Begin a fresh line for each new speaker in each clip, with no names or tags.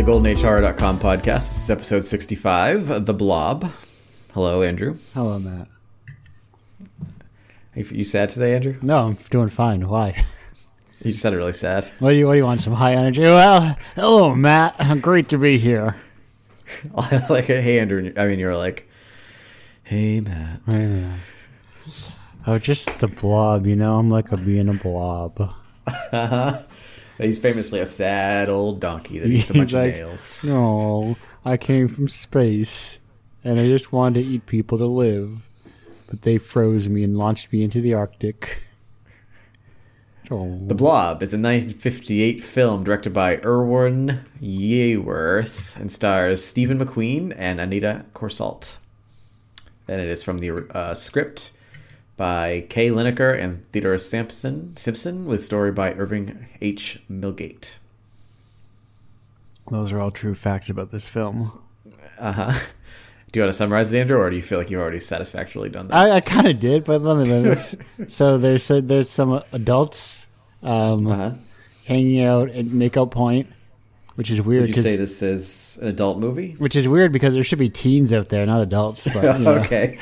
goldenagehorror.com podcast. This is episode 65, The Blob. Hello, Andrew.
Hello, Matt.
Are you sad today, Andrew?
No, I'm doing fine. Why?
You just sounded really sad.
What do you What do you want? Some high energy? Well, hello, Matt. Great to be here.
I was like, hey, Andrew. and you- I mean, you were like, hey, Matt.
Oh, just the blob. You know, I'm like a being a blob.
He's famously a sad old donkey that eats a
He's
bunch
like,
of nails.
No, I came from space, and I just wanted to eat people to live, but they froze me and launched me into the Arctic. Oh,
The Blob is a 1958 film directed by Erwin Yeworth and stars Stephen McQueen and Anita Corsalt. And it is from the uh, script by Kay Lineker and Theodore Sampson, Simpson, with story by Irving H. Milgate.
those are all true facts about this film.
Uh huh. Do you want to summarize it, Andrew, or do you feel like you've already satisfactorily done that?
I, I kind of did, but let me. Let me so there's so there's some adults um,
Uh huh.
hanging out at Makeout Point, which is weird.
Would you
'cause-
say this is an adult movie?
which is weird because there should be teens out there, not adults. But you know.
okay.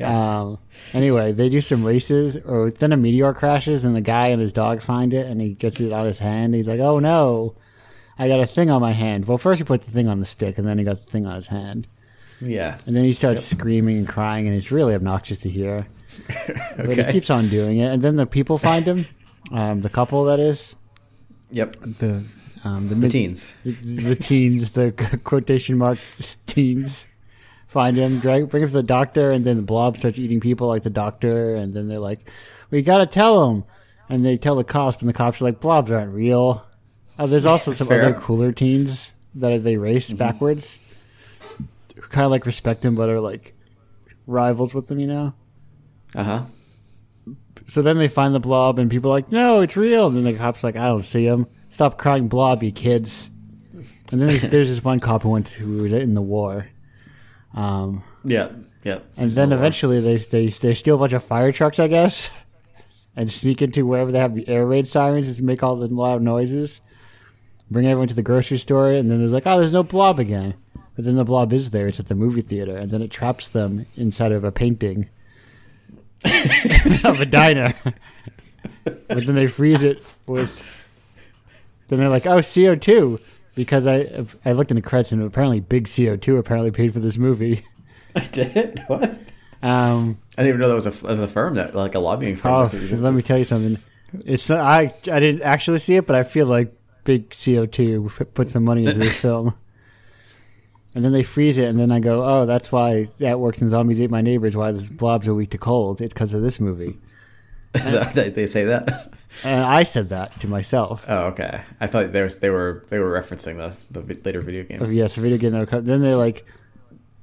Um, anyway, they do some races, or then a meteor crashes, and the guy and his dog find it, and he gets it on his hand. He's like, "Oh no, I got a thing on my hand." Well, first he put the thing on the stick, and then he got the thing on his hand,
Yeah.
and then he starts screaming and crying, and it's really obnoxious to hear. But he
Okay.
keeps on doing it, and then the people find him, um, the couple that is
Yep.
the um, the,
The
mid-
teens.
the, the teens, the quotation mark teens, find him, drag, bring him to the doctor, and then the blob starts eating people like the doctor, and then they're like, "We gotta tell him," and they tell the cops, and the cops are like, "Blobs aren't real." Oh, there's also some
Fair. Mm-hmm.
other cooler teens that they race backwards, who kind of like respect him, but are like rivals with him, you know.
Uh huh.
So then they find the blob, and people are like, "No, it's real." And then the cops are like, "I don't see him. Stop crying, blob, you kids." And then there's, there's this one cop who went to, who was in the war, um,
Yeah. Yep.
and then eventually they, they they steal a bunch of fire trucks, I guess, and sneak into wherever they have the air raid sirens just make all the loud noises, bring everyone to the grocery store, and then there's like, "Oh, there's no blob again." But then the blob is there. It's at the movie theater, and then it traps them inside of a painting of a diner. but then they freeze it with. Then they're like, "Oh, CO two," because I I looked in the credits and apparently big CO two apparently paid for this movie.
I did it. What? I didn't
Um,
even know that was a, was a firm that like a lobbying firm.
oh,
that existed.
let me tell you something. It's not, I I didn't actually see it, but I feel like big CO two put some money into this film. And then they freeze it, and then I go, "Oh, that's why that works in Zombies Ate My Neighbors. Why the blobs are weak to cold? It's because of this movie."
Is that- they- they say that.
And I said that to myself.
Oh, okay. I thought there was, they were they were referencing the the vi- later video game.
Of yes, a video game that would come. Then they're like,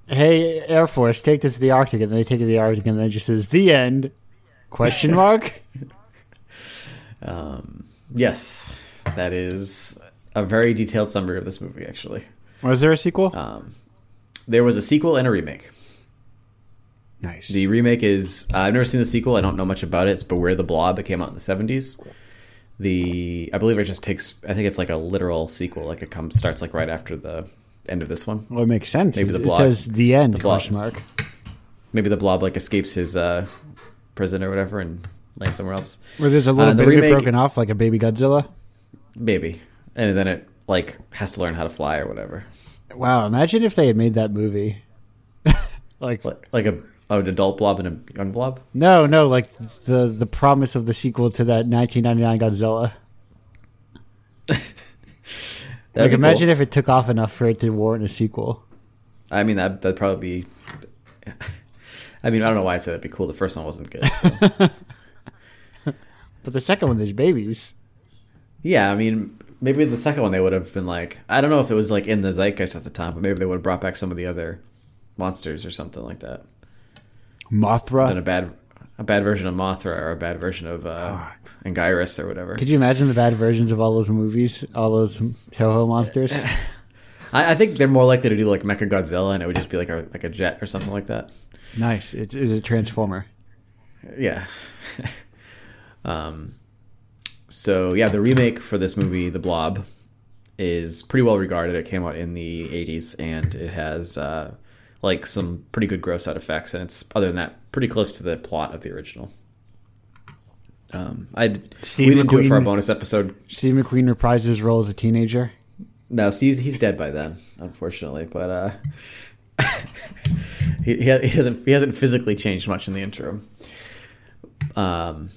"Hey, Air Force, take this to the Arctic," and they take it to the Arctic, and then it just says, "The end?" Question mark.
Um, yes, that is a very detailed summary of this movie. Actually,
Was there a sequel?
um, there was a sequel and a remake.
nice.
The remake is I've never seen the sequel. I don't know much about it. It's Beware the Blob. It came out in the seventies. The I believe it just takes. I think it's like a literal sequel. Like it comes starts like right after the end of this one.
well, it makes sense.
Maybe
It-
the
it
block.
says the end.
block.
question mark.
maybe the blob like escapes his uh prison or whatever and lands somewhere else
Where there's a little
Uh, the
bit of it
remake-
broken off, like a baby Godzilla.
maybe and then it like has to learn how to fly or whatever
Wow! Imagine if they had made that movie. like
like, like a an adult blob and a young blob
no, no, like the the promise of the sequel to that 1999 Godzilla.
That'd
like
be
imagine
cool.
if it took off enough for it to warrant a sequel.
i mean that, that'd probably be i mean i don't know why i said that'd be cool the first one wasn't good so.
But the second one, there's babies.
yeah i mean maybe the second one they would have been like i don't know if it was like in the zeitgeist at the time but maybe they would have brought back some of the other monsters or something like that
Mothra. Uh,
than a bad a bad version of mothra or a bad version of uh anguirus or whatever
Could you imagine the bad versions of all those movies, all those Toho monsters?
I, I think they're more likely to do like Mecha Godzilla, and it would just be like a like a jet or something like that.
nice. It is a transformer.
Yeah. um. So yeah, the remake for this movie, The Blob, is pretty well regarded. It came out in the 80s and it has uh, like some pretty good gross out effects. And it's, other than that, pretty close to the plot of the original. Um, I we
Steve
didn't do it for our
McQueen-
bonus episode.
Steve McQueen reprises his role as a teenager.
No, Steve's he's dead by then, unfortunately. But uh, he, he he doesn't he hasn't physically changed much in the interim. Um,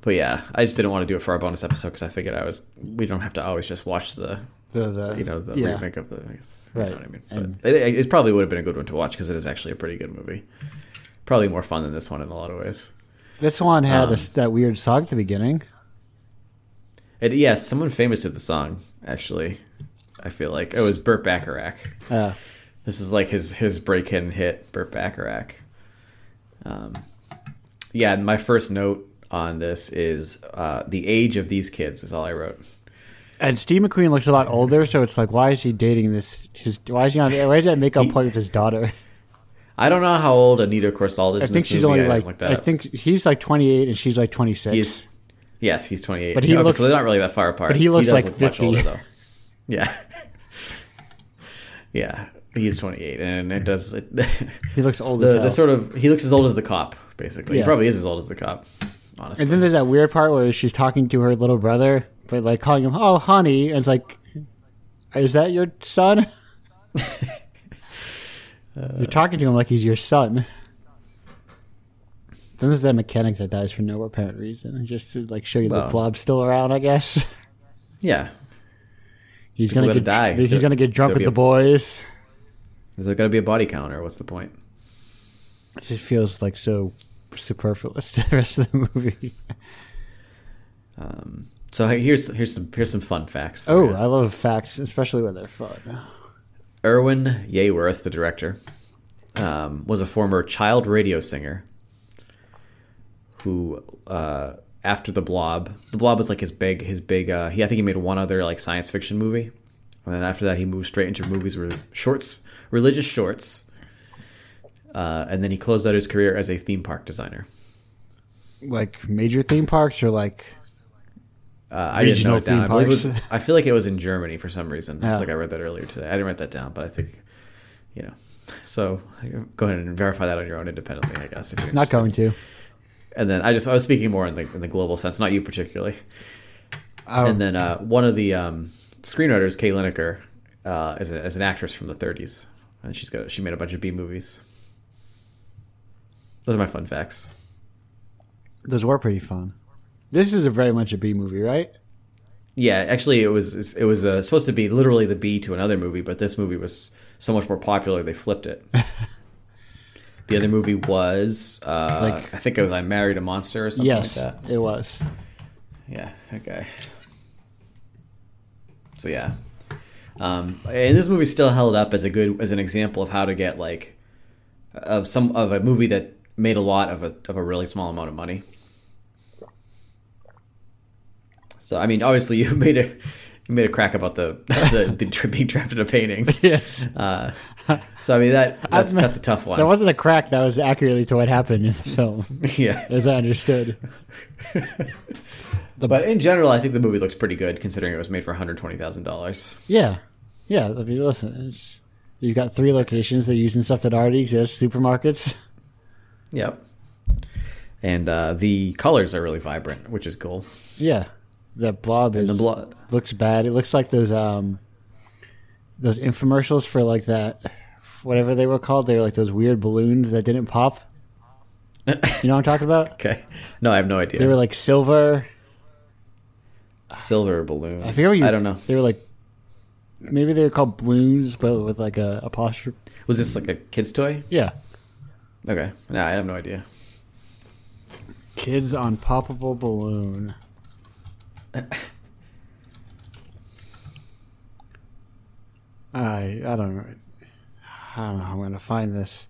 but yeah, I just didn't want to do it for our bonus episode because I figured I was we don't have to always just watch the
The, the,
you know the
yeah.
remake of the you know
Right,
what I mean.
and-
But it, it probably would have been a good one to watch because it is actually a pretty good movie. Probably more fun than this one in a lot of ways.
This one had
Um,
a s that weird song at the beginning.
And yes, someone famous did the song actually. I feel like it was Burt Bacharach.
Uh,
This is like his his break in hit, Burt Bacharach. Um, yeah, and my first note on this is uh, the age of these kids is all I wrote.
and Steve McQueen looks a lot older, so it's like, why is he dating this? His why is he on? Why is that makeup part with his daughter?
I don't know how old Anita Corsald is.
I
in
think
this
she's
movie.
only
I
like,
didn't look that
I
up.
think he's like 28 and she's like 26.
he's yes, he's twenty eight.
But he
okay,
looks-
so they're not really that far apart.
but he looks
does
like
look much
50.
older though. Yeah, yeah, he is twenty eight, and it does. It,
he looks old as
the,
hell.
the sort of he looks as old as the cop basically. He
Yeah.
probably is as old as the cop. Honestly,
and then there's that weird part where she's talking to her little brother, but like calling him, oh, honey. And it's like, is that your son? You're talking to him like he's your son. Then there's that mechanic that dies for no apparent reason, just to like show you
Well.
the blob's still around, I guess.
yeah,
He's
People
gonna
gotta
get
die.
He's,
It's gonna-
gonna get
it's
drunk
gonna
with
be
the
a-
boys.
Is there got to be a body count, or what's the point?
It just feels like so superfluous to the rest of the movie.
Um, so hey, here's here's some here's some fun facts. For
Oh,
you.
I love facts, especially when they're fun.
Erwin Yeworth, the director, um, was a former child radio singer who, uh, after the Blob, the Blob was like his big his big. Uh, he I think he made one other like science fiction movie, and then after that he moved straight into movies with shorts, religious shorts, uh, and then he closed out his career as a theme park designer.
Like major theme parks or like
Uh, I didn't
Regional
know it down.
theme
I, believe it was-
parks.
I feel like it was in Germany for some reason. I
Yeah.
feel like I read that earlier today. I didn't write that down, but I think, you know. So go ahead and verify that on your own independently, I guess. If you're
not
interested.
going to.
And then I just I was speaking more in the in the global sense, not you particularly.
Oh,
And then uh, one of the um, screenwriters, Kay Lineker, uh, is, a, is an actress from the 30s, and she's got she made a bunch of B movies. Those are my fun facts.
those were pretty fun. This is a very much a B movie, right?
Yeah, actually, it was it was uh, supposed to be literally the B to another movie, but this movie was so much more popular they flipped it. the other movie was uh,
Like-
I think it was I Married a Monster or something
yes,
like that.
it was.
Yeah. Okay. So yeah, um, and this movie still held up as a good as an example of how to get like of some of a movie that made a lot of a of a really small amount of money. So I mean, obviously you made a you made a crack about the the, the tra- being trapped in a painting.
Yes,
Uh, so I mean that that's that's a tough
That
one.
wasn't a crack. That was accurately to what happened in the film,
yeah.
as I understood.
But in general, I think the movie looks pretty good considering it was made for one hundred twenty thousand dollars.
Yeah, yeah. I mean, listen, it's, you've got three locations. They're using stuff that already exists. Supermarkets.
Yep. And uh, the colors are really vibrant, which is cool.
Yeah, that blob is
The blo-
looks bad. It looks like those um those infomercials for like that whatever they were called. They were like those weird balloons that didn't pop. You know what I'm talking about?
okay. No, I have no idea.
They were like silver.
silver balloons.
I forget what you.
I don't know.
They were like maybe they were called balloons, but with like a apostrophe.
Was this like a kid's toy?
Yeah,
Okay. No, I have no idea.
kids on poppable balloon. I I don't know. I don't know how I'm gonna find this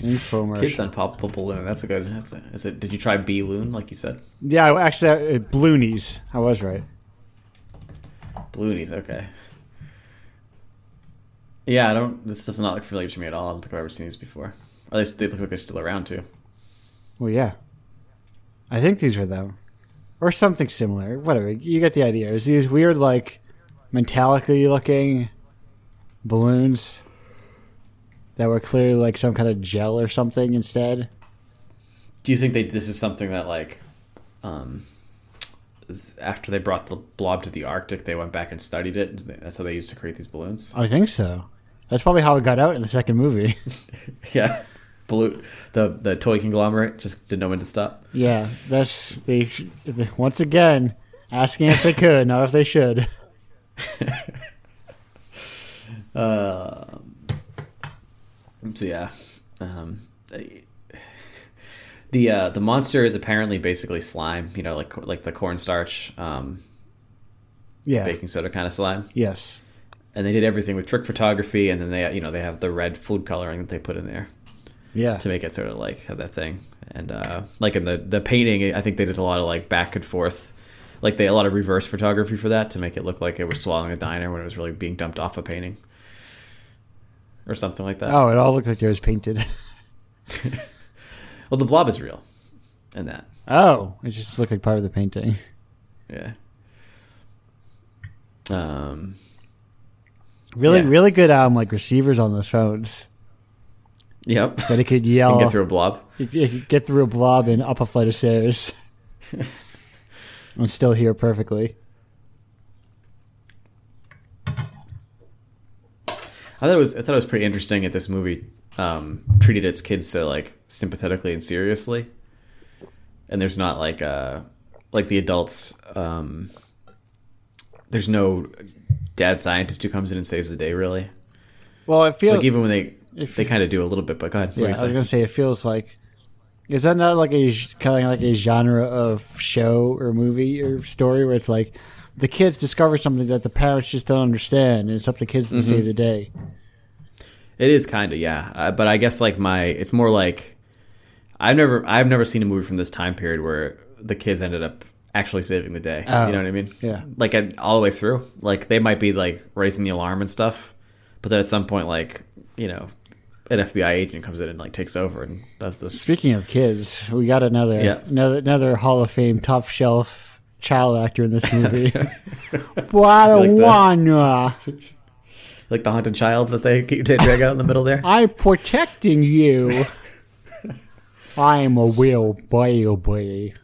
infomercial.
Kids on poppable balloon. That's a good. That's a. Is it? Did you try balloon like you said?
yeah, I- actually, I- uh, balloonies. I was right.
Balloonies. Okay. Yeah, I don't. This does not look familiar to me at all. I don't think I've ever seen these before. Or they, they look like they're still around too.
Well, yeah. I think these were them. or something similar. Whatever, you get the idea. It's these weird, like, metallically looking balloons that were clearly like some kind of gel or something instead.
Do you think they this is something that like, um, after they brought the blob to the Arctic, they went back and studied it. That's how they used to create these balloons.
I think so. That's probably how it got out in the second movie.
yeah, balloon. The the toy conglomerate just didn't know when to stop.
yeah, that's they, they once again asking if they could, not if they should.
Um, so yeah, um, I- the uh, the monster is apparently basically slime. You know, like like the cornstarch, um,
Yeah.
baking soda kind of slime.
Yes.
And they did everything with trick photography, and then they you know they have the red food coloring that they put in there.
Yeah.
to make it sort of like have that thing. And uh, like in the the painting, I think they did a lot of like back and forth, like they a lot of reverse photography for that to make it look like it was swallowing a diner when it was really being dumped off a painting, or something like that.
Oh, it all looked like it was painted.
Well, the blob is real, and that
Oh, it just looked like part of the painting.
yeah. Um.
Really,
Yeah.
really good. Um, like receivers on those phones
Yep.
that it could
You
yell,
can get through a blob.
it- it could get through a blob and up a flight of stairs, and still hear perfectly.
I thought it was I thought it was pretty interesting that this movie um, treated its kids so like sympathetically and seriously, and there's not like uh like the adults um, there's no dad scientist who comes in and saves the day really
Well, I feel
like even when they
if-
they kind of do a little bit but go ahead what were
yeah, I
you
was
saying?
gonna say it feels like is that not like a kind of like a genre of show or movie or story where it's like the kids discover something that the parents just don't understand, and it's up to kids to save the day.
It is kind of yeah, uh, but I guess like my it's more like I've never I've never seen a movie from this time period where the kids ended up actually saving the day.
Oh,
you know what I mean?
yeah.
Like and all the way through. Like they might be like raising the alarm and stuff, but then at some point like you know an FBI agent comes in and like takes over and does this.
Speaking of kids, we got another
Yeah.
another another Hall of Fame top shelf child actor in this movie. Guadawana,
Like the haunted child that they keep- they drag out in the middle there.
I'm protecting you. I'm a real baby.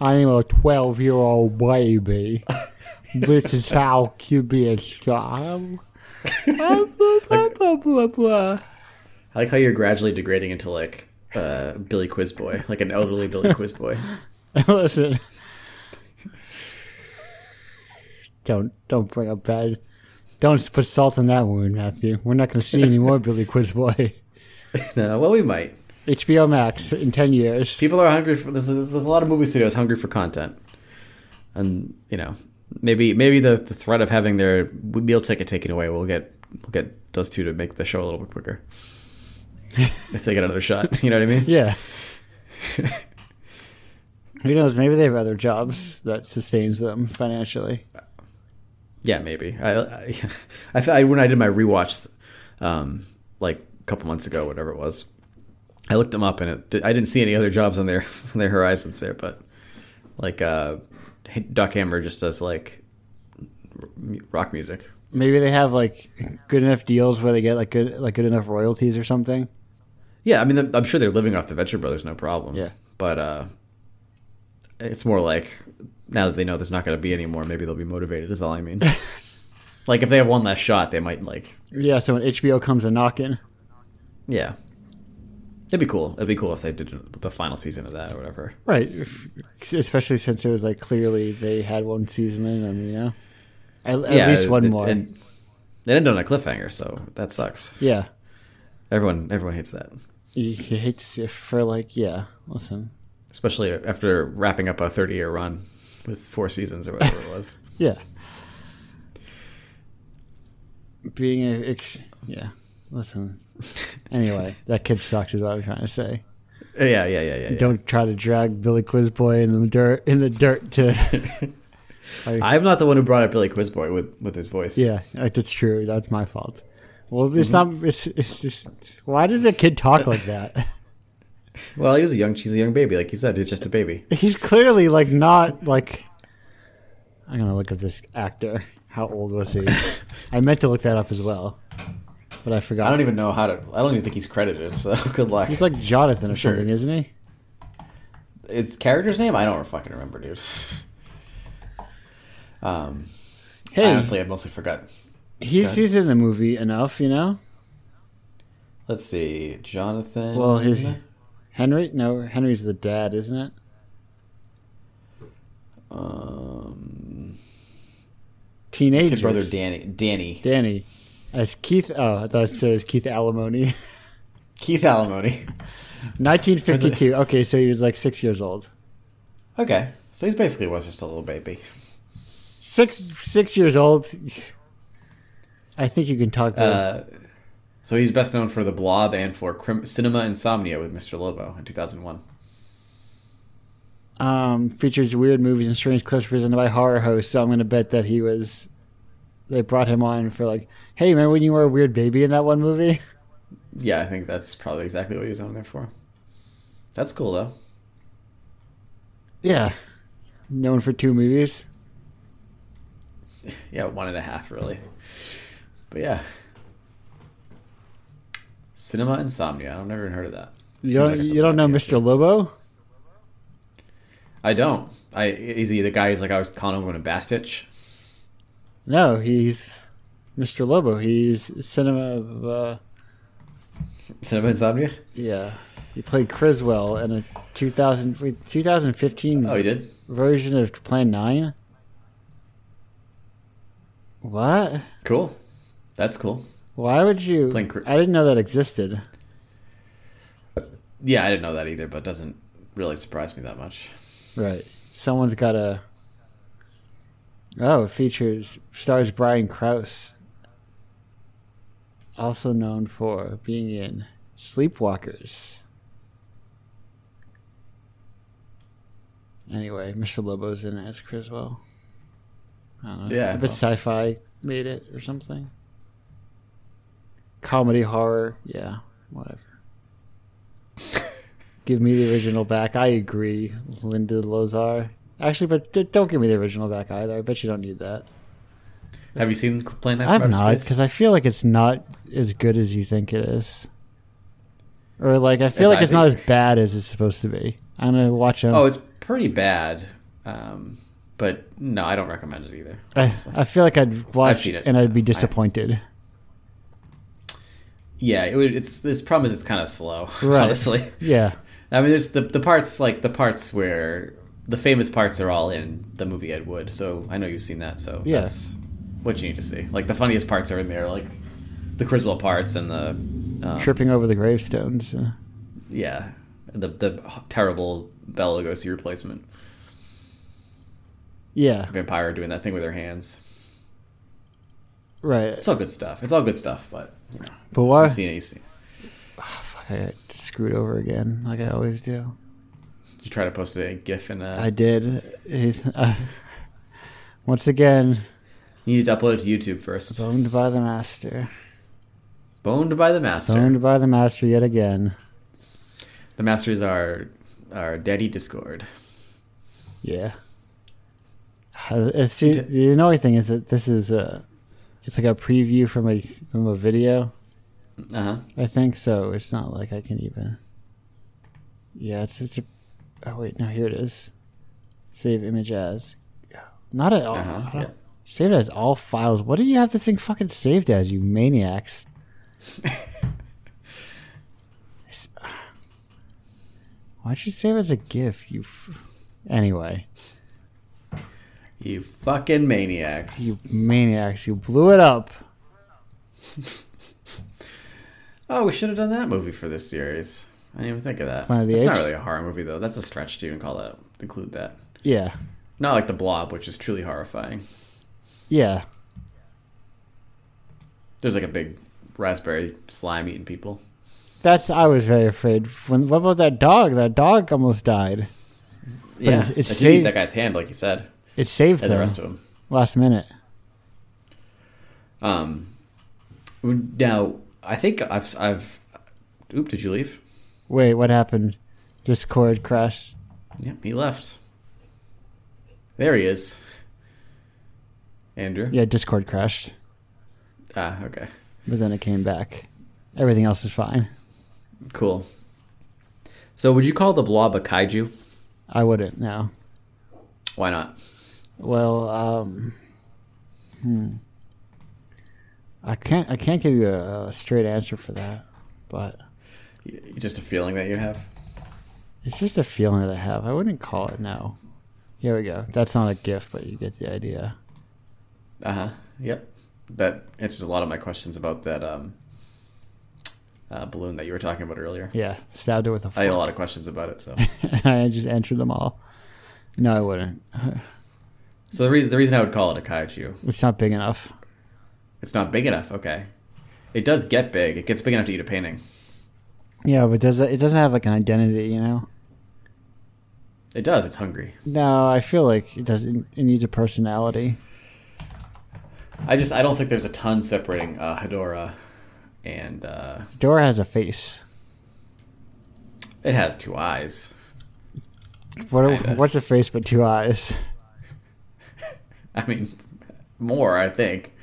I am a 12 year old baby. This is how you be a child. Blah, blah, blah, blah, blah.
I like how you're gradually degrading into like uh, Billy Quizboy, like an elderly Billy Quizboy.
Listen. Don't don't bring up bad. Don't put salt in that wound, Matthew. We're not going to see any more Billy Quizboy.
no, well we might.
HBO Max in ten years.
people are hungry for this. There's, there's a lot of movie studios hungry for content, and you know, maybe maybe the, the threat of having their meal ticket taken away will get will get those two to make the show a little bit quicker if they get another shot. You know what I mean?
Yeah. Who knows? Maybe they have other jobs that sustains them financially.
Yeah, maybe. I, I, I, fe- I when I did my rewatch, um, like a couple months ago, whatever it was, I looked them up and it, di- I didn't see any other jobs on their on their horizons there, but like uh, Doc Hammer just does like r- mu- rock music.
Maybe they have like good enough deals where they get like good like good enough royalties or something.
Yeah, I mean, I'm sure they're living off the Venture Brothers, no problem.
Yeah.
but uh, it's more like now that they know there's not going to be any more, maybe they'll be motivated. Is all I mean. like if they have one last shot, they might like.
Yeah. So when HBO comes a knocking,
Yeah, it'd be cool. It'd be cool if they did the final season of that or whatever.
Right. if- Especially since it was like clearly they had one season in them, you know? At, at
yeah,
least one
it-
more.
And it ended on a cliffhanger, so that sucks.
yeah.
Everyone, everyone hates that,
You, you hate to see it for like, yeah, listen.
especially after wrapping up a 30 year run with four seasons or whatever it was.
Yeah. Being a. Ex- yeah. Listen. Anyway, that kid sucks is what I'm trying to say.
yeah, yeah, yeah, yeah. yeah.
Don't try to drag Billy Quizboy in the dirt in the dirt to
I'm not the one who brought up Billy Quizboy with, with his voice.
Yeah, like, that's true. That's my
Mm-hmm.
fault. Well, it's not. It's, it's just. Why does the kid talk like that?
Well, he was a young, she's a young baby, like you said. He's just a baby.
He's clearly like not like. I'm gonna look up this actor. How old was he? I meant to look that up as well, but I forgot.
I don't even know how to. I don't even think he's credited. So good luck.
He's like Jonathan or
Sure.
something, isn't he?
It's character's name. I don't fucking remember, dude. Um,
Hey,
honestly, I mostly forgot.
he's
God.
he's in the movie enough, you know.
Let's see, Jonathan.
Well, his Henry. No, Henry's the dad, isn't it?
um,
Teenager.
kid brother Danny. Danny
Danny. As Keith. Oh, I thought it said as Keith Alimony.
Keith Alimony.
1952. Okay, so he was like six years old.
Okay, so he's basically was just a little baby.
Six six years old. I think you can talk to
Uh, so he's best known for The Blob and for crim- Cinema Insomnia with Mr. Lobo in 2001. Uh,
um, features weird movies and strange clips presented by horror hosts. So I'm going to bet that he was. They brought him on for like, hey, remember when you were a weird baby in that one movie?
Yeah, I think that's probably exactly what he was on there for. That's cool though.
Yeah. Known for two movies.
Yeah, one and a half really. But yeah, Cinema Insomnia. I've never even heard of that.
You
Seems
don't,
like it's
you don't know
something I'd be
Mr. Lobo?
I don't. I is he the guy who's like I was calling him a Bastich?
No, he's Mr. Lobo. He's cinema of. Uh,
Cinema Insomnia.
Mm-hmm. yeah. He played Criswell in a 2000, wait, 2015
Oh, he did.
version of Plan 9. What?
Cool. That's cool.
Why would you?
Playing Cri-
I didn't know that existed.
Yeah, I didn't know that either, but doesn't really surprise me that much.
Right. Someone's got a. Oh, it features stars Brian Krause, also known for being in Sleepwalkers. Anyway, Mr. Lobo's in it as Criswell. I don't know.
Yeah,
I bet
well.
sci-fi made it or something. Comedy horror, yeah, whatever. Give me the original back. I agree, Linda Lozar. Actually, but d- don't give me the original back either. I bet you don't need that.
Have you seen Plan 9 from
I've
Outer
not
Space?
because I feel like it's not as good as you think it is, or like I feel
As
like
I
it's not as
think.
bad as it's supposed to be. I'm gonna watch it.
Oh, it's pretty bad. Um, but no, I don't recommend it either.
I,
honestly.
I feel like I'd watch
seen it.
it and I'd be
I-
disappointed.
yeah, it, would- it's this problem is it's kind of slow.
Right.
Honestly,
yeah,
I mean, there's the the parts like the parts where the famous parts are all in the movie Ed Wood. So I know you've seen that. So
Yeah.
that's what you need to see. Like the funniest parts are in there, like the Criswell parts and the um,
tripping over the gravestones. Uh,
Yeah, the the terrible Bela Lugosi replacement
yeah,
vampire doing that thing with their hands.
right.
It's all good stuff. It's all good stuff. But you know,
But why?
you've seen it. You've seen it.
I got screwed over again, like I always do.
Did you try to post a GIF and uh, a
I did. It- uh, once again,
You need to upload it to YouTube first.
boned by the master.
Boned by the Master.
Boned by the master yet again.
The Master is our, our daddy Discord.
Yeah. Uh, It's, the, the annoying thing is that this is a, it's like a preview from a from a video,
Uh huh.
I think. So it's not like I can even. Yeah, it's it's a. Oh wait, no, here it is. Save image as. Not at all.
Uh huh. Yeah.
Saved as all files. What do you have this thing fucking saved as, you maniacs? It's- Why'd you save it as a GIF? You. F- anyway,
You fucking maniacs.
you maniacs, you blew it up.
Oh, we should have done that movie for this series. I didn't even think of that.
Planet of the
It's not
Apes?
really a horror movie though. That's a stretch to even call that include that.
Yeah,
Not like The Blob, which is truly horrifying.
yeah,
There's like a big raspberry slime eating people.
that's. I was very afraid. When what about that dog? That dog almost died.
yeah,
it's-
it's,
it's
eat
saved-
that guy's hand, like you said,
It saved
and the
them
rest of them.
last minute.
Um, now I think I've I've. Oop! Did you leave?
Wait, what happened? Discord crash.
Yep, he left. There he is. Andrew?
Yeah, Discord crashed,
Ah, okay.
but then it came back. Everything else is fine.
Cool. So would you call the blob a kaiju?
I wouldn't no.
Why not?
Well, um, hmm. I can't. I can't give you a, a straight answer for that, but
Y- Just a feeling that you have?
it's just a feeling that I have. I wouldn't call it no. Here we go. That's not a gift, but you get the idea.
Uh huh. Yep. That answers a lot of my questions about that um, uh, balloon that you were talking about earlier.
Yeah, stabbed it with a
I had a
fork.
lot of questions about it. So,
I just answered them all. No, I wouldn't.
so the reason the reason I would call it a kaiju,
It's not big enough.
it's not big enough. Okay, it does get big. It gets big enough to eat a painting.
Yeah, but does it, it doesn't have like an identity, you know?
It does. It's hungry.
No, I feel like it doesn't. It needs a personality.
I just I don't think there's a ton separating uh, Hedora, and uh,
Dora has a face.
it has two eyes.
What?
Kinda.
What's a face but two eyes?
I mean, more I think.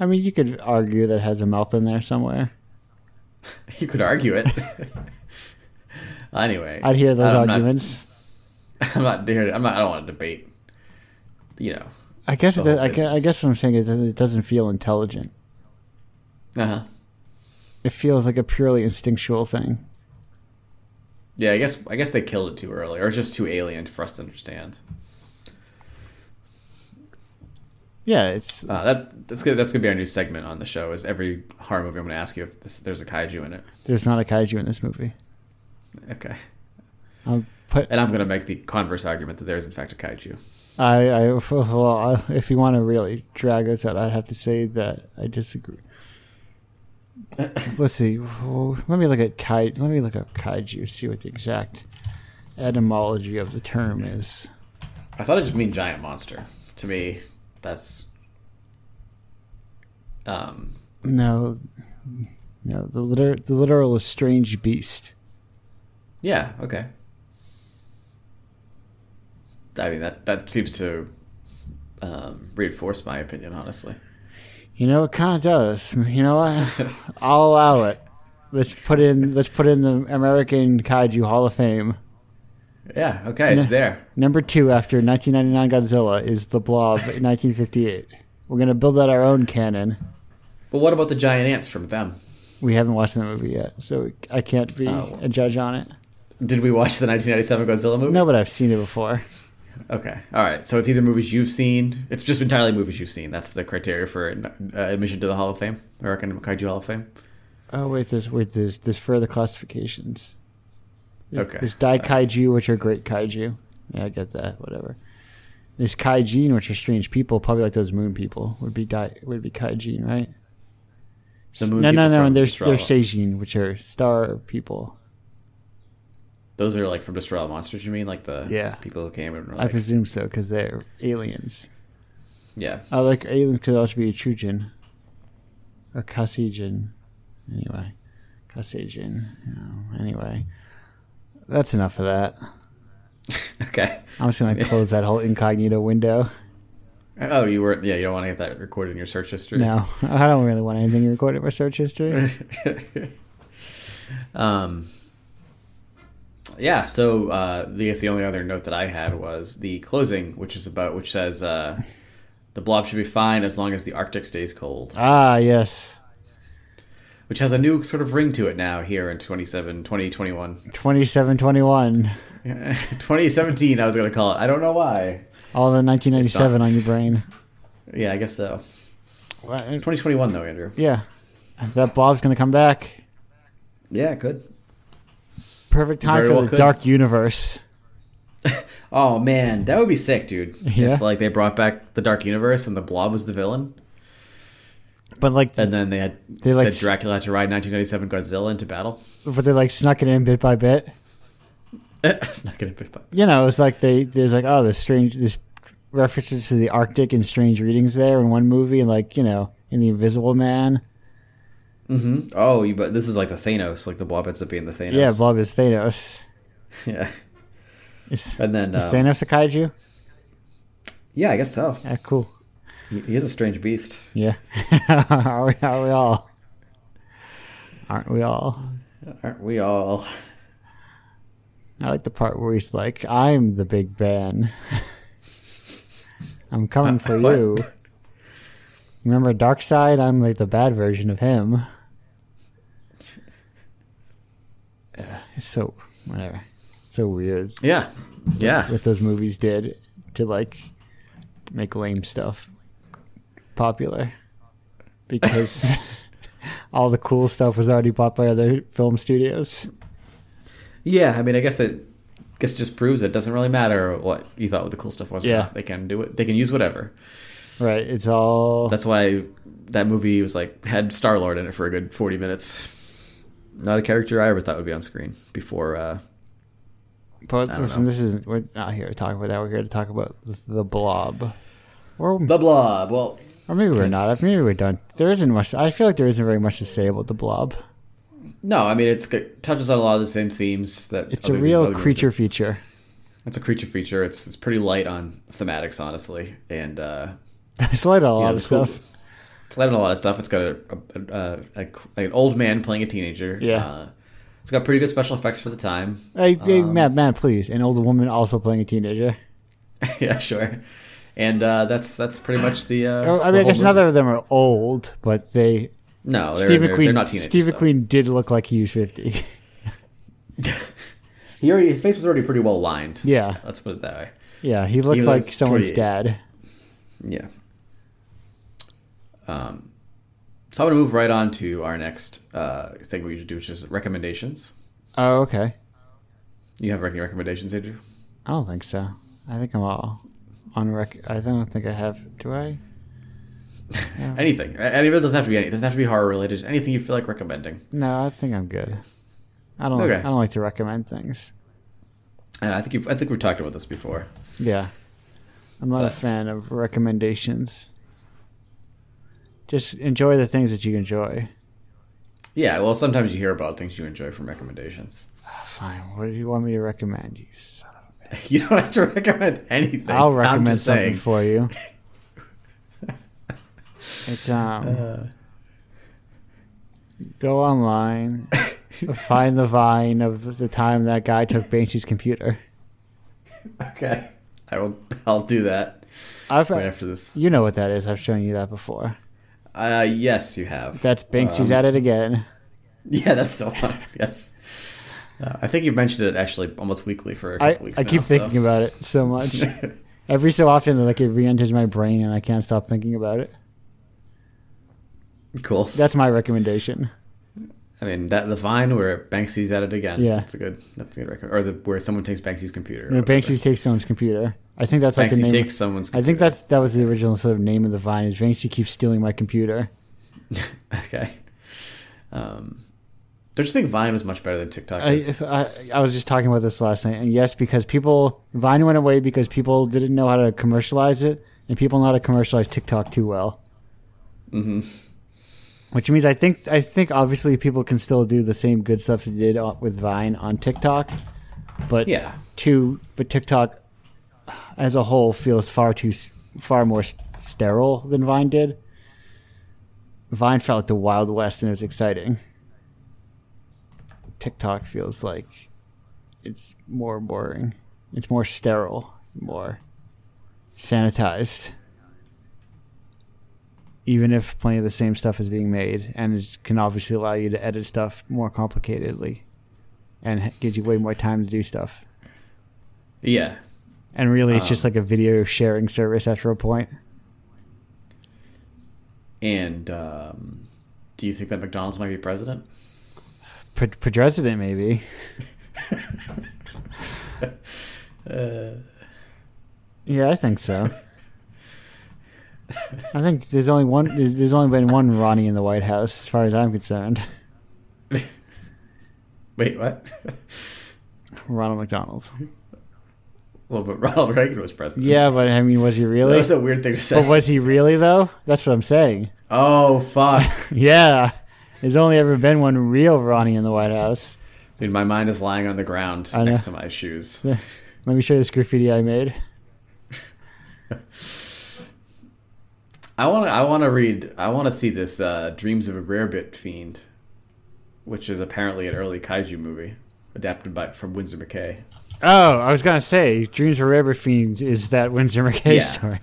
I mean, you could argue that it has a mouth in there somewhere.
You could argue it. anyway,
I'd hear those
I'm not-
arguments.
I'm not here. to- I'm not. I don't want to debate. You know.
I guess. It
the
does,
whole
I, guess I
business.
guess what I'm saying is that it doesn't feel intelligent.
Uh
Uh-huh.
huh.
It feels like a purely instinctual thing.
Yeah, I guess. I guess they killed it too early, or it's just too alien for us to understand.
Yeah, it's
Uh, that that's good. That's gonna be our new segment on the show. Is every horror movie I'm gonna ask you if this, there's a kaiju in it?
there's not a kaiju in this movie.
Okay.
I'm put.
And I'm gonna make the converse argument that there is in fact a kaiju.
I, I well, I- if you want to really drag us out, I'd have to say that I disagree. Let's see. Well, Let me look at kai. Let me look up kaiju. See what the exact etymology of the term is.
I thought it just mean giant monster. To me, that's um
No, no. The liter- the literal is strange beast.
yeah okay. I mean that that seems to um, reinforce my opinion honestly.
You know, it kind of does. You know what? I'll allow it. Let's put in. Let's put in the American Kaiju Hall of Fame.
Yeah, okay, it's
No.
there.
Number two after 1999 Godzilla is The Blob, 1958. We're gonna build out our own canon.
But what about the giant ants from them?
We haven't watched the movie yet, so I can't be
Oh.
a judge on it.
Did we watch the 1997 Godzilla movie?
No, but I've seen it before.
Okay. All right. So it's either movies you've seen. It's just entirely movies you've seen. That's the criteria for uh, admission to the Hall of Fame, American Kaiju Hall of Fame.
Oh wait, there's wait there's there's further classifications. There's,
Okay,
There's Dai Kaiju, which are great kaiju. Yeah, I get that. Whatever. There's Kaijin, which are strange people, probably like those moon people. Would be Dai would be Kaijin, right?
The moon
no, no,
people
no,
from
and there's there's
Destrala.
Seijin, which are star people.
Those are like from Destroy All Monsters. You mean like the
Yeah.
people who came and were
I
like,
presume so, because they're aliens.
yeah.
I like aliens could also be a Trujin or Kasijin. Anyway, Kasijin. You know, anyway, that's enough of that.
okay.
I'm just gonna close that whole incognito window.
Oh, you weren't. Yeah, you don't want to get that recorded in your search history.
No, I don't really want anything recorded in my search history.
um. Yeah. So uh, I guess the only other note that I had was the closing, which is about which says uh, the blob should be fine as long as the Arctic stays cold.
Ah, yes,
which has a new sort of ring to it now here in 27 2021
twenty-seven, twenty-one.
2017 i was going to call it i don't know why
All the 1997 on your brain.
yeah i guess so 2021 though andrew
Yeah, that blob's gonna come back.
yeah it could
Perfect time
Very
for
well
the
could.
dark universe.
oh man that would be sick dude
Yeah.
if like they brought back the dark universe and the blob was the villain
But like,
and then they had
They, like,
that dracula had to ride 1997 godzilla into battle
but they like snuck it in bit by bit.
it's not gonna be fun
you know, it's like they there's like oh, this strange this references to the Arctic and strange readings there in one movie, and like you know, in the Invisible Man,
Mm-hmm. Oh, you but this is like the Thanos, like the blob ends up being the Thanos.
Yeah, Blob is Thanos.
yeah.
Is,
And then
is
um,
Thanos a kaiju?
yeah, I guess so.
Yeah, cool.
He he is a strange beast.
Yeah. are, we, are we all? Aren't we all?
Aren't we all?
I like the part where he's like, I'm the big Ben. I'm coming for
What?
you. Remember Dark Side? I'm like the bad version of him. Uh, it's so whatever. So weird
Yeah. Yeah.
what those movies did to like make lame stuff popular. Because all the cool stuff was already bought by other film studios.
Yeah, I mean, I guess it guess it just proves it doesn't really matter what you thought the cool stuff was. or
Yeah.
not. They can do it. They can use whatever.
Right. It's all
That's why that movie was like had Star Lord in it for a good 40 minutes. Not a character I ever thought would be on screen before uh
But
I don't
listen,
know.
this isn't. We're not here to talk about that. We're here to talk about the, the blob, or,
The Blob. Well,
or maybe we're not. Maybe we're done. There isn't much. I feel like there isn't very much to say about the blob.
no, I mean it's it touches on a lot of the same themes that
It's
other-
a
these
real
Oh, other movies
creature feature.
It's a creature feature. It's it's pretty light on thematics, honestly, and uh,
It's like a
you know,
lot
the
of
cool-
stuff.
It's light on a lot of stuff. It's got a, a, a, a- an old man playing a teenager.
Yeah.
Uh, it's got pretty good special effects for the time.
Hey, hey,
Um,
Matt, Matt, please. An old woman also playing a teenager.
yeah, sure. And uh, that's that's pretty much the. Uh,
Oh, I
the
mean, I
whole
guess
movie.
neither of them are old, but they.
No, they're,
Steve
they're,
McQueen.
they're not teenagers.
Steve
though.
McQueen did look like he was fifty.
He already his face was already pretty well lined.
yeah,
Let's put it that way.
yeah, he looked
He
like
looks
someone's
28.
dad.
Yeah. Um, so I'm gonna move right on to our next uh, thing we should do, which is recommendations.
Oh, okay.
You have any recommendations, Andrew?
I don't think so. I think I'm all on record. I don't think I have. Do I? Yeah.
anything. And it really doesn't have to be any. It doesn't have to be horror related. Just anything you feel like recommending.
No, I think I'm good. I don't.
Okay.
I don't like to recommend things.
And I think you've, I think we've talked about this before.
Yeah, I'm not a
But-
fan of recommendations. Just enjoy the things that you enjoy.
Yeah. Well, sometimes you hear about things you enjoy from recommendations.
Fine. What do you want me to recommend? You son of a bitch.
You don't have to recommend anything.
I'll
I'm
recommend
just
something
saying.
for you. It's um.
Uh,
Go online, find the vine of the time that guy took Banshee's computer.
okay. I will. I'll do that
I've,
right after this.
You know what that is. I've shown you that before.
Uh, yes, you have.
That's Banksy's
Um,
at it again.
Yeah, that's the one. Yes. Uh, I think you mentioned it actually almost weekly for a
I,
couple weeks
I
now,
keep
so-
thinking about it so much. Every so often, like it re-enters my brain, and I can't stop thinking about it.
cool.
That's my recommendation.
I mean, that the Vine where Banksy's at it again.
Yeah.
that's a good. That's a good record. Or the where someone takes Banksy's computer. or
You know,
whatever.
Banksy takes someone's computer. I think that's like
Banksy
the name.
takes someone's.
I
Computer.
think that's that was the original sort of name of the vine. Is Banksy keeps stealing my computer?
okay. Um, don't you think Vine was much better than TikTok?
I,
is?
I I was just talking about this last night, and yes, because people Vine went away because people didn't know how to commercialize it, and people know how to commercialize TikTok too well.
Mhm.
Which means I think I think obviously people can still do the same good stuff they did on- with Vine on TikTok, but
Yeah,
too but TikTok as a whole feels far too s- far more s- sterile than Vine did. Vine felt like the Wild West and it was exciting. TikTok feels like it's more boring. It's more sterile, more sanitized. Even if plenty of the same stuff is being made, and it can obviously allow you to edit stuff more complicatedly, and h- gives you way more time to do stuff.
yeah.
And really, it's
Um,
just like a video sharing service after a point.
And um, do you think that McDonald's might be president?
Pre- pre- president, maybe.
Uh,
Yeah, I think so. I think there's only one. There's, there's only been one Ronnie in the White House, as far as I'm concerned.
wait, what?
Ronald McDonald.
well, but Ronald Reagan was president.
Yeah, but I mean, was he
that
really?
was a weird thing to say.
But was he really though? That's what I'm saying.
oh fuck!
Yeah, There's only ever been one real Ronnie in the White House.
Dude, my mind is lying on the ground
I know.
next to my shoes.
Let me show you this graffiti I made.
I want to. I want to read. I want to see this uh, "Dreams of a Rarebit Fiend," which is apparently an early kaiju movie adapted by from Windsor McKay.
Oh, I was gonna say, Dreams of Rabbit Fiends is that Windsor McKay
Yeah.
story.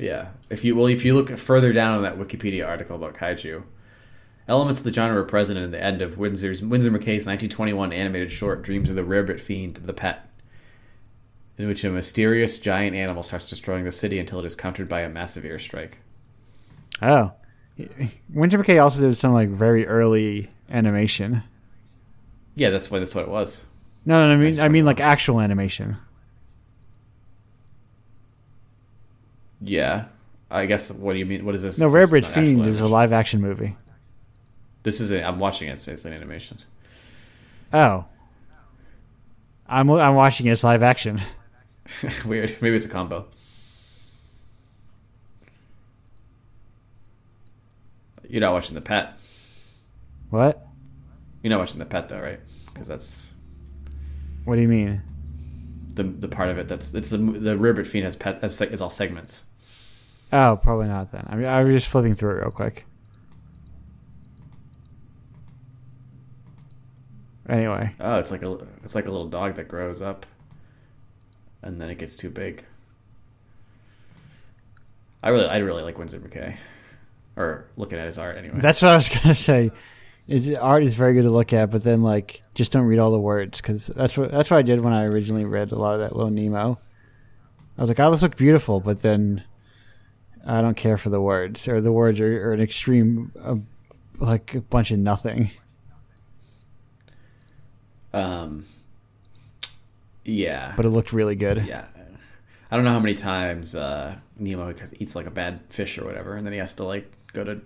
Yeah. If you well, if you look further down on that Wikipedia article about kaiju, elements of the genre are present in the end of Windsor's Windsor McKay's 1921 animated short "Dreams of the Rarebit Fiend, the Pet," in which a mysterious giant animal starts destroying the city until it is countered by a massive airstrike.
Oh, Windsor McKay also did some like very early animation.
Yeah, that's why that's what it was.
No, no, I mean,
Thanks
I
for
mean
the
like actual animation.
Yeah. I guess. What do you mean? What is this?
No,
This is
Rarebridge
not actual
Fiend is a
animation.
live action movie.
This is. A, I'm watching it. It's basically an animation.
Oh, I'm I'm watching it as live action.
Weird. Maybe it's a combo. You're not watching the pet.
What?
You're not watching the pet though, right? Because that's
What do you mean?
the the part of it that's it's the the Ribbit Fiend has pet has, seg- is all segments.
Oh, probably not then. I mean, I was just flipping through it real quick. Anyway,
Oh, it's like a it's like a little dog that grows up, and then it gets too big. I really I really like Windsor McKay, or looking at his art anyway.
that's what I was gonna say. Is it- art is very good to look at, but then like just don't read all the words because that's what that's what I did when I originally read a lot of that Little Nemo. I was like, oh, this looks beautiful, but then I don't care for the words, or the words are, are an extreme, uh, like a bunch of nothing.
um, yeah,
But it looked really good.
yeah. I don't know how many times uh, Nemo eats like a bad fish or whatever, and then he has to like go to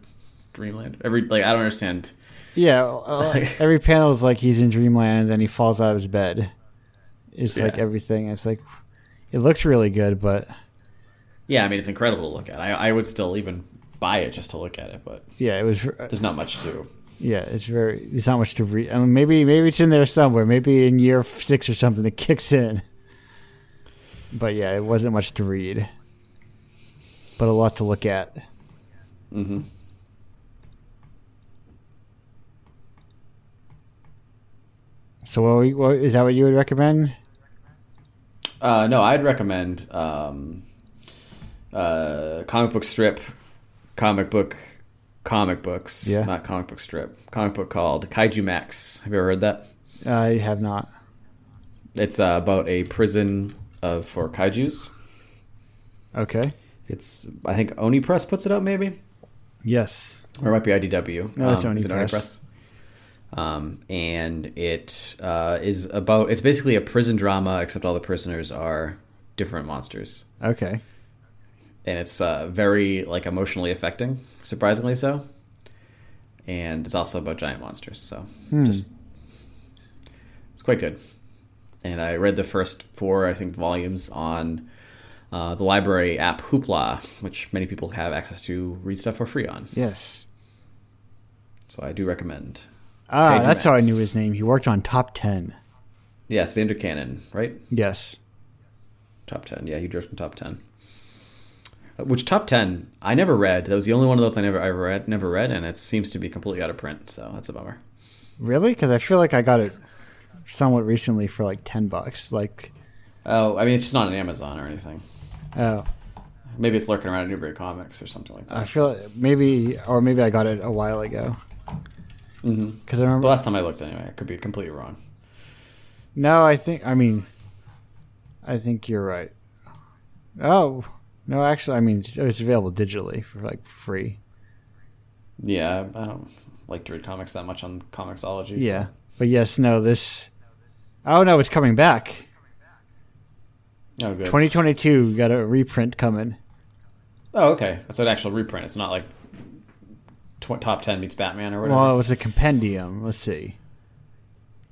Dreamland. Every like I don't understand.
Yeah, uh, every panel is like he's in dreamland and he falls out of his bed. It's like
Yeah.
everything. It's like it looks really good, but
Yeah, I mean it's incredible to look at. I, I would still even buy it just to look at it, but
yeah, it was. uh,
there's not much to.
Yeah, it's very. It's not much to read. I mean, maybe maybe it's in there somewhere. Maybe in year six or something it kicks in. But yeah, it wasn't much to read, but a lot to look at.
Mm-hmm.
So what, we, what is that? What you would recommend?
Uh, no, I'd recommend um, uh, comic book strip, comic book, comic books.
Yeah.
not comic book strip. Comic book called Kaiju Max. Have you ever heard that?
I have not.
It's uh, about a prison of for kaiju's.
Okay.
It's I think Oni Press puts it out maybe,
Yes.
or it might be IDW.
No, it's
Um,
Oni
is it
Press.
Um, and it uh, is about it's basically a prison drama except all the prisoners are different monsters,
Okay.
and it's uh, very like emotionally affecting, surprisingly so. And it's also about giant monsters, so
Hmm.
just it's quite good. And I read the first four, I think, volumes on uh, the library app Hoopla, which many people have access to read stuff for free on.
Yes.
So I do recommend.
Ah,
Pedro
that's how I
Max.
knew his name. He worked on Top Ten.
Yeah, Sander Cannon, right?
Yes.
Top 10. Yeah, he drew from top 10. Uh, Which top 10 I never read. That was the only one of those I never I read, never read, and it seems to be completely out of print, so that's a bummer.
Really? Because I feel like I got it somewhat recently for like ten bucks. Like,
Oh, I mean, it's just not on Amazon or anything.
oh,
Maybe it's lurking around at Newbury Comics or something like that.
I feel maybe, or maybe I got it a while ago.
hmm
Because I
The
remember.
last time I looked, anyway, I could be completely wrong.
No, I think. I mean, I think you're right. Oh no, actually, I mean it's, it's available digitally for like free.
Yeah, I don't like to read comics that much on Comixology.
Yeah, but yes, no, this. Oh no, it's coming back.
Oh, good.
2022 we got a reprint coming.
Oh, okay. That's an actual reprint. It's not like tw- top ten meets Batman or whatever.
Well, it was a compendium. Let's see.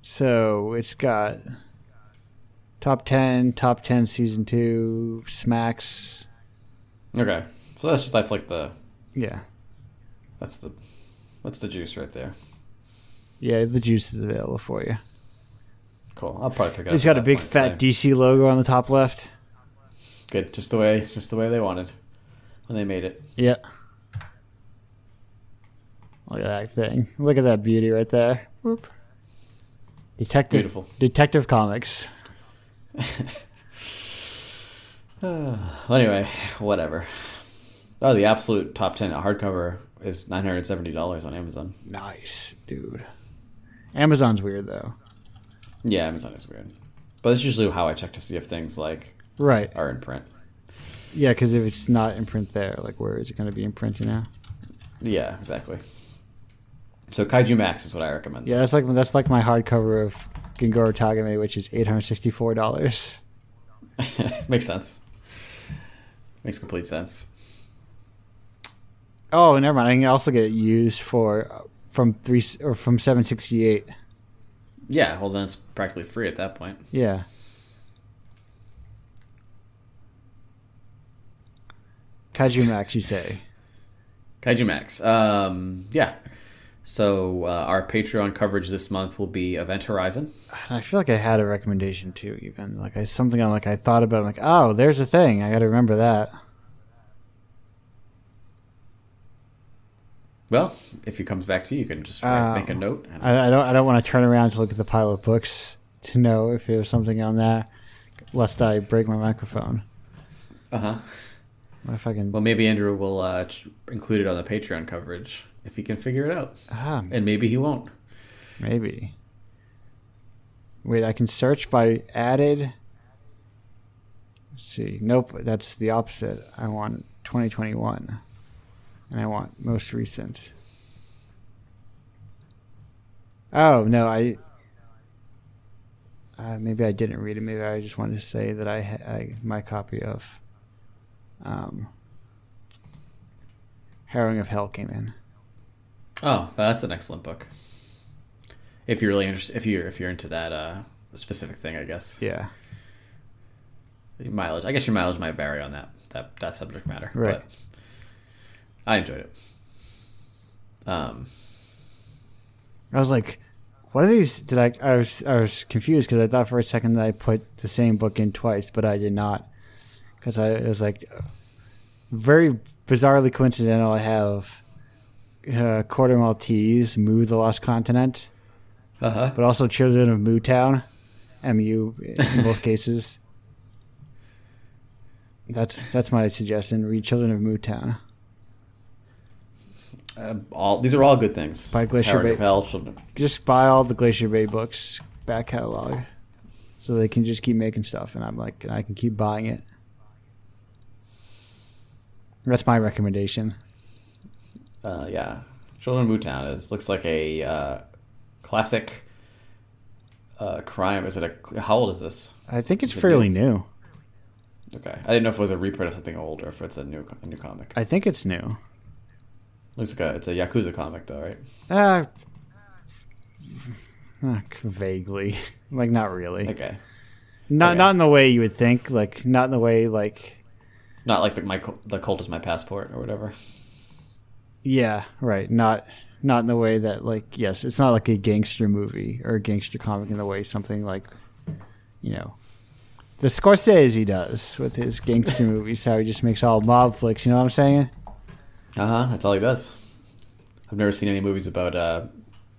So it's got top 10, top 10 season 2, smacks.
okay. So that's just that's like the
Yeah.
that's the That's the juice right there.
Yeah, the juice is available for you.
Cool. I'll probably pick it up.
It's
at
got a
that
big
point
fat
today.
DC logo on the top left.
Good. Just the way, just the way they wanted when they made it.
Yeah. Look at that thing. Look at that beauty right there. Whoop. Detective
Beautiful.
Detective Comics.
Well, anyway, whatever. Oh, the absolute top ten hardcover is nine hundred seventy dollars on Amazon.
Nice, dude. Amazon's weird though.
Yeah, Amazon is weird, but that's usually how I check to see if things like
Right.
are in print.
Yeah, cuz if it's not in print there, like where is it going to be in print, you know?
Yeah, exactly. So Kaiju Max is what I recommend.
Yeah, that's like that's like my hardcover of Gengoro Tagame, which is $864.
Makes sense. Makes complete sense.
Oh, never mind. I can also get it used for uh, from 3 or from 768.
Yeah, well then it's practically free at that point.
Yeah. Kaiju Max, you say?
Kaiju Max. Um, yeah. So uh, our Patreon coverage this month will be Event Horizon.
I feel like I had a recommendation too. Even like I something I'm like I thought about. I'm like, oh, there's a thing. I got to remember that.
Well, if he comes back to you, you can just
Oh.
make a note. And
I, I don't. I don't want to turn around to look at the pile of books to know if there's something on that, lest I break my microphone.
Uh huh.
What if I can?
Well, maybe Andrew will uh, ch- include it on the Patreon coverage if he can figure it out,
Ah,
and maybe he won't.
maybe. Wait, I can search by added. Let's see. Nope, that's the opposite. I want 2021, and I want most recent. Oh no, I. Uh, maybe I didn't read it. Maybe I just wanted to say that I, ha- I my copy of. Um, Harrowing of Hell came in.
Oh, that's an excellent book. If you're really interested, if you're if you're into that uh, specific thing, I guess
Yeah.
mileage. I guess your mileage might vary on that that that subject matter.
Right.
But I enjoyed it. Um.
I was like, "What are these?" Did I? I was I was confused because I thought for a second that I put the same book in twice, but I did not because I it was like very bizarrely coincidental. I have uh, Quarter Maltese, Moo the Lost Continent,
Uh huh.
but also Children of Moo Town, MU in both cases. That's that's my suggestion. Read Children of Moo Town.
Uh, all these are all good things.
By Glacier
Harry
Bay-
Ravel, Children-
just buy all the Glacier Bay books back catalog, so they can just keep making stuff, and I'm like, I can keep buying it. That's my recommendation.
Uh, yeah, Children of Town is looks like a uh, classic uh, crime. Is it a? How old is this?
I think it's
Is it
fairly new.
Okay, I didn't know if it was a reprint of something old or if it's a new a new comic.
I think it's new.
Looks like a, it's a yakuza comic though, right?
Uh, uh, vaguely, like not really.
Okay,
not
okay.
not in the way you would think. Like not in the way like
not like the my co- the cult is my passport or whatever.
yeah right not not in the way that like yes it's not like a gangster movie or a gangster comic in the way something like you know the Scorsese does with his gangster movies how he just makes all mob flicks you know what I'm saying
Uh
Uh-huh.
huh. That's all he does. I've never seen any movies about uh,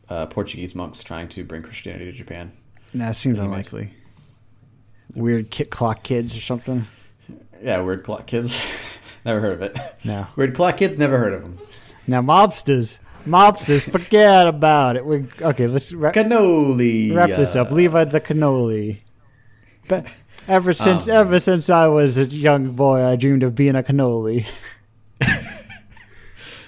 uh, Portuguese monks trying to bring Christianity to Japan.
nah it seems
Pretty much.
unlikely weird kit clock kids or something
Yeah, weird clock kids. never heard of it.
no
Weird clock kids. Never heard of them.
now mobsters mobsters forget about it we're okay let's wrap,
Cannoli.
wrap this up
uh,
Levi the cannoli but ever since
Um,
ever since I was a young boy I dreamed of being a cannoli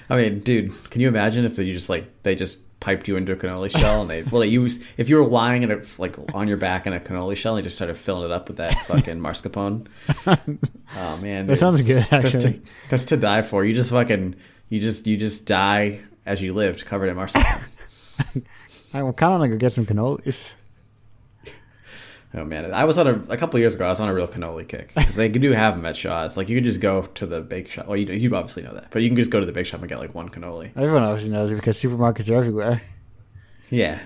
I mean, dude, can you imagine if you just like they just piped you into a cannoli shell and they well they use if you were lying in a like on your back in a cannoli shell and they just started filling it up with that fucking mascarpone. Oh man,
That
dude.
sounds good,
That's to,
actually.
that's to die for. You just fucking you just you just die as you lived, covered in mascarpone.
I kind of want to go get some cannolis.
Oh man, I was on a, a couple years ago. I was on a real cannoli kick because they do have them at Shaw's. Like you could just go to the bake shop. Well, you, you obviously know that, but you can just go to the bake shop and get like one cannoli.
Everyone obviously knows it because supermarkets are everywhere.
Yeah.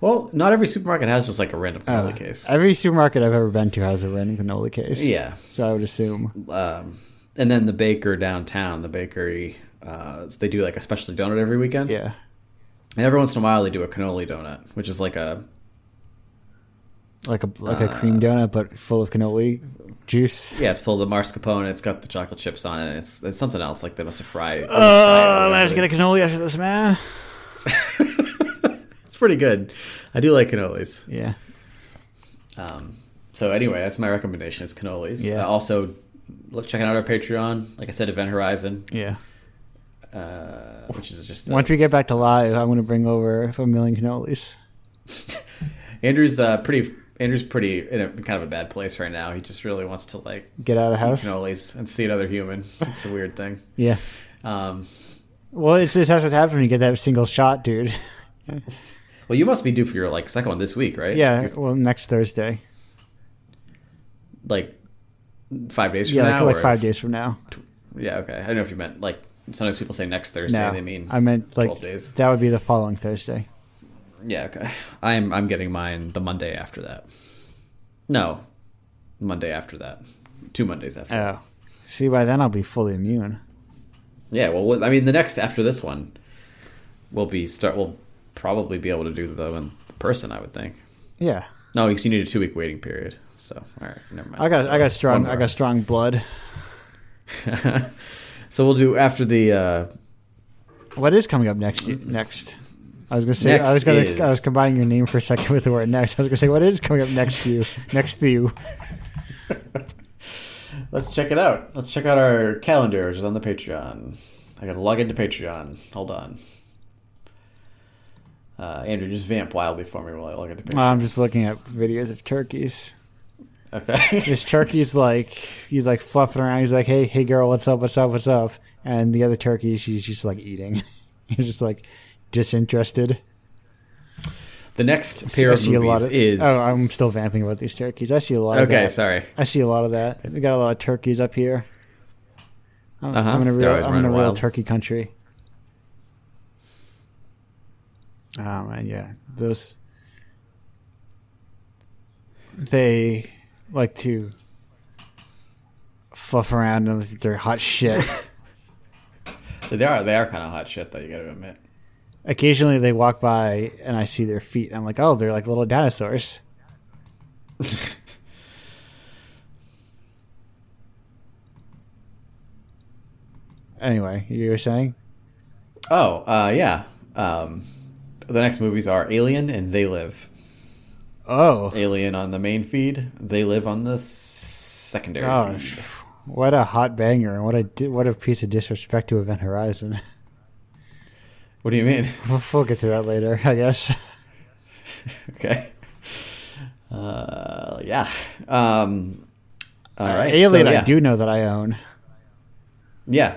Well, not every supermarket has just like a random
Uh,
cannoli case.
Every supermarket I've ever been to has a random cannoli case.
Yeah.
So I would assume.
um, and then the baker downtown, the bakery, uh, they do like a specialty donut every weekend.
Yeah.
And every once in a while, they do a cannoli donut, which is like a
Like a like a cream donut, but full of cannoli juice.
yeah, it's full of the mascarpone. It's got the chocolate chips on it. And it's, it's something else. Like they must have fried.
Oh, I'm gonna have to get a
it's
cannoli after this, man.
pretty good. I do like cannolis.
Yeah.
Um, so anyway, that's my recommendation. Is cannolis.
Yeah.
Uh, also, look checking out our Patreon. Like I said, Event Horizon,
Yeah.
uh, which is just
Once we get back to live, I'm gonna bring over a million cannolis.
Andrew's uh, pretty. Andrew's pretty in a kind of a bad place right now. He just really wants to like
Get out of the house.
cannolis and see another human. It's a weird thing.
Yeah.
Um,
Well, it's just that's what happens when you get that single shot, dude.
well, you must be due for your like second one this week, right?
yeah.
You're,
Well, next Thursday.
like five days from
Yeah, like,
now.
like
or-
five days from now.
Yeah, okay. I don't know if you meant like sometimes people say next Thursday.
no,
They mean
I meant like
12 days.
that would be the following Thursday.
Yeah, okay. I'm I'm getting mine the Monday after that. No, Monday after that. Two Mondays after. that.
Oh, see, by then I'll be fully immune.
Yeah. Well, what- I mean, the next after this one, will be start. We'll probably be able to do them in person. I would think.
Yeah,
No, because you need a two week waiting period. So all right, never mind.
I got
So,
I got strong
one
I got strong blood.
more. so we'll do after the. Uh,
What is coming up next? Next, I was gonna say
Next
I was gonna
is-
I was combining your name for a second with the word next. I was gonna say what is coming up next to you next to you.
Let's check it out. Let's check out our calendar, which is on the Patreon. I gotta log into Patreon. Hold on. Uh, Andrew, just vamp wildly for me while I log into Patreon.
I'm just looking at videos of turkeys.
okay.
This turkey's like he's like fluffing around. He's like, hey hey girl, what's up? What's up? What's up? And the other turkey, she's just like eating. He's just like disinterested.
the next pair
I
of
see a lot
movies
of-
is
Oh, I'm still vamping about these turkeys. I see a lot. Of
okay.
that.
Sorry.
I see a lot of that. We got a lot of turkeys up here. I'm,
Uh-huh.
I'm in a
They're
real,
always
I'm in a
running
real
wild.
turkey country. Oh man, yeah, those they like to fluff around and they're hot shit.
They are they are kind of hot shit though. You gotta admit.
Occasionally, they walk by and I see their feet. I'm like, oh, they're like little dinosaurs. Anyway, you were saying?
oh uh, yeah. Um, the next movies are Alien and They Live.
Oh,
Alien on the main feed. They Live on the secondary
Gosh,
feed.
Oh, what a hot banger! and What a di- what a piece of disrespect to Event Horizon.
What do you mean?
we'll, we'll get to that later, I guess.
Okay. Uh, yeah. Um, all right.
Uh, Alien,
so, yeah.
I do know that I own.
Yeah.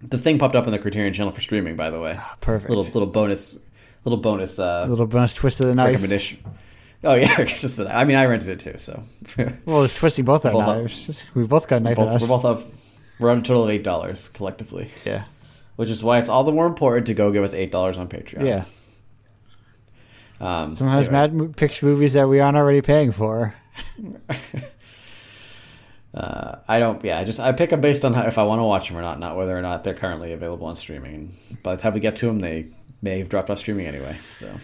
The thing popped up on the Criterion Channel for streaming, by the way.
Ah, Perfect.
Little little bonus, little bonus uh,
Little bonus twist of the knife.
recommendation. Oh yeah, just that. I mean, I rented it too, so
Well, it's twisting both our
Both up.
knives. We both got knife in
both,
us.
we're both up. We're on a total of eight dollars collectively,
yeah,
which is why it's all the more important to go give us eight dollars on Patreon.
yeah.
Um,
Sometimes
anyway.
Mad Mo- picks movies that we aren't already paying for.
Uh, I don't. Yeah, I just I pick them based on how, if I want to watch them or not, not whether or not they're currently available on streaming. By the time we get to them, they may have dropped off streaming anyway. So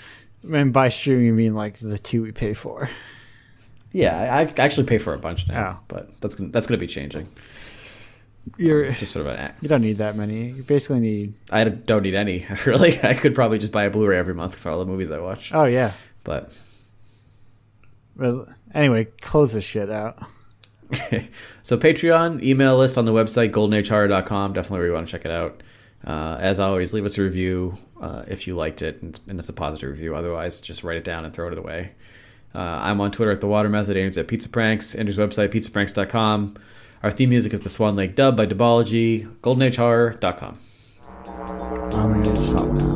And by streaming, you mean like the two we pay for.
yeah, I, I actually pay for a bunch now,
Oh.
but that's gonna, that's going to be changing.
You're
Just sort of an.
you don't need that many. You basically need.
I don't need any really. I could probably just buy a Blu-ray every month for all the movies I watch.
Oh yeah.
But
Well, anyway, close this shit out.
so Patreon, email list on the website, goldenagehorror.com. Definitely where you want to check it out. Uh, as always, leave us a review uh, if you liked it, and it's, and it's a positive review. Otherwise, just write it down and throw it away. Uh, I'm on Twitter at The Water Method. Andrew's at Pizza Pranks. Andrew's website, pizzapranks.com. Our theme music is The Swan Lake Dub by Dubology. goldenagehorror.com.
I'm gonna Oh, stop now.